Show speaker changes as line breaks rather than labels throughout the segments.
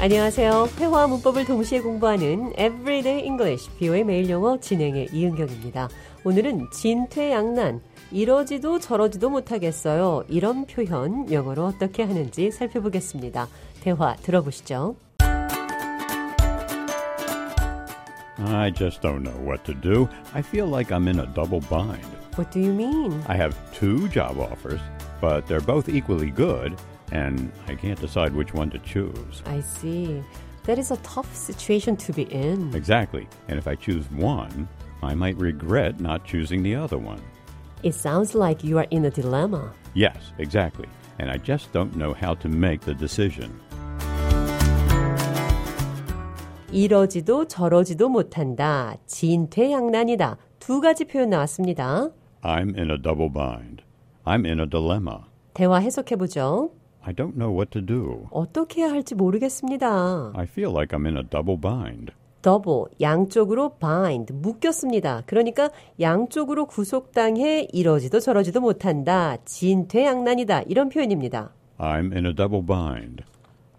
안녕하세요. 회화 문법을 동시에 공부하는 Everyday English 비오의 매일 영어 진행의 이은경입니다. 오늘은 진퇴양난 이러지도 저러지도 못하겠어요. 이런 표현 영어로 어떻게 하는지 살펴보겠습니다. 대화 들어보시죠.
I just don't know what to do. I feel like I'm in a double bind.
What do you mean?
I have two job offers, but they're both equally good, and I can't decide which one to choose.
I see. That is a tough situation to be in.
Exactly. And if I choose one, I might regret not choosing the other one.
It sounds like you are in a dilemma.
Yes, exactly. And I just don't know how to make the decision.
이러지도 저러지도 못한다. 진퇴양난이다. 두 가지 표현 나왔습니다.
I'm in a double bind. I'm in a dilemma.
대화 해석해 보죠.
I don't know what to do.
어떻게 해야 할지 모르겠습니다.
I feel like I'm in a double bind.
더블 양쪽으로 bind 묶였습니다. 그러니까 양쪽으로 구속당해 이러지도 저러지도 못한다. 진퇴양난이다. 이런 표현입니다.
I'm in a double bind.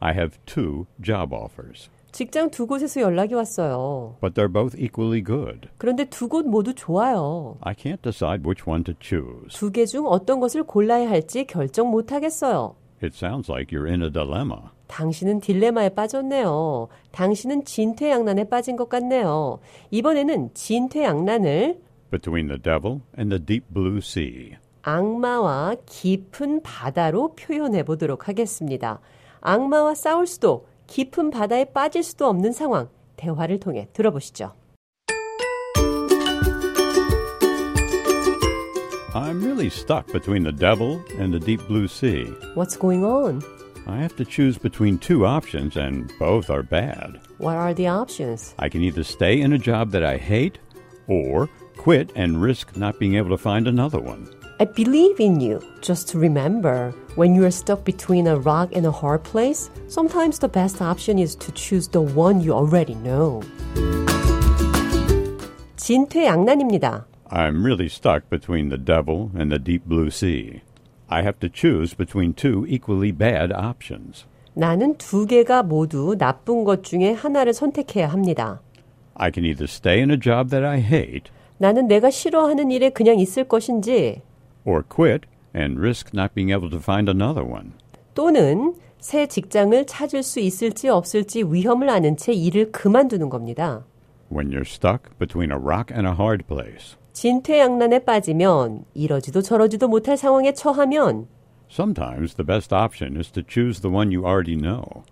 I have two job offers,
직장 두 곳에서 연락이 왔어요.
but they're both equally good.
그런데 두 곳 모두 좋아요.
I can't decide which one to choose.
두 개 중 어떤 것을 골라야 할지 결정 못 하겠어요.
It sounds like you're in a dilemma.
당신은 딜레마에 빠졌네요. 당신은 진퇴양난에 빠진 것 같네요. 이번에는 진퇴양난을
Between the devil and the deep blue sea.
악마와 깊은 바다로 표현해 보도록 하겠습니다. 악마와 싸울 수도, 깊은 바다에 빠질 수도 없는 상황, 대화를 통해 들어보시죠.
I'm really stuck between the devil and the deep blue sea.
What's going on?
I have to choose between two options, and both are bad.
What are the options?
I can either stay in a job that I hate or quit and risk not being able to find another one.
I believe in you. Just remember, when you are stuck between a rock and a hard place, sometimes the best option is to choose the one you already know. 진퇴양난입니다.
I'm really stuck between the devil and the deep blue sea. I have to choose between two equally bad options.
나는 두 개가 모두 나쁜 것 중에 하나를 선택해야 합니다.
I can either stay in a job that I hate
나는 내가 싫어하는 일에 그냥 있을 것인지
or quit and risk not being able to find another one.
또는 새 직장을 찾을 수 있을지 없을지 위험을 아는 채 일을 그만두는 겁니다.
When you're stuck between a rock and a hard place,
진퇴양난에 빠지면 이러지도 저러지도 못할 상황에 처하면
sometimes the best option is to choose the one you already know.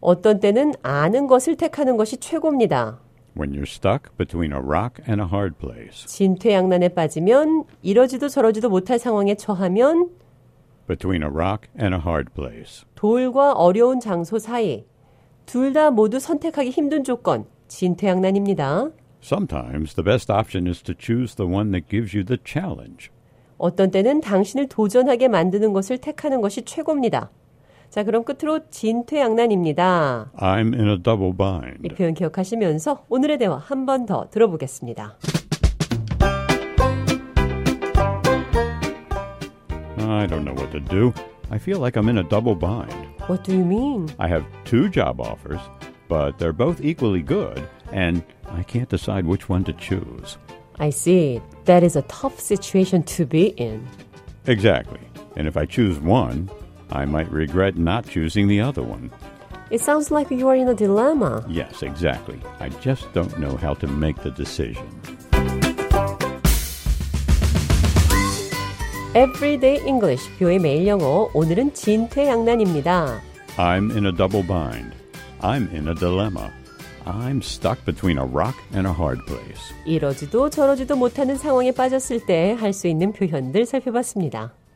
어떤 때는 아는 것을 택하는 것이 최고입니다.
When you're stuck between a rock and a hard place,
진퇴양난에 빠지면 이러지도 저러지도 못할 상황에 처하면
between a rock and a hard place.
돌과 어려운 장소 사이 둘 다 모두 선택하기 힘든 조건 진퇴양난입니다.
Sometimes the best option is to choose the one that gives you the challenge.
어떤 때는 당신을 도전하게 만드는 것을 택하는 것이 최고입니다. 자, 그럼 끝으로 진퇴양난입니다.
I'm in a double
이
bind.
표현 기억하시면서 오늘의 대화 한 번 더 들어보겠습니다.
I don't know what to do. I feel like I'm in a double bind.
What do you mean?
I have two job offers, but they're both equally good, and I can't decide which one to choose.
I see. That is a tough situation to be in.
Exactly. And if I choose one, I might regret not choosing the other one.
It sounds like you are in a dilemma.
Yes, exactly. I just don't know how to make the decision.
Everyday English, 뷰의 매일 영어. 오늘은 진퇴양난입니다.
I'm in a double bind. I'm in a dilemma. I'm stuck between a rock and a hard place.
이러지도 저러지도 못하는 상황에 빠졌을 때 할 수 있는 표현들 살펴봤습니다.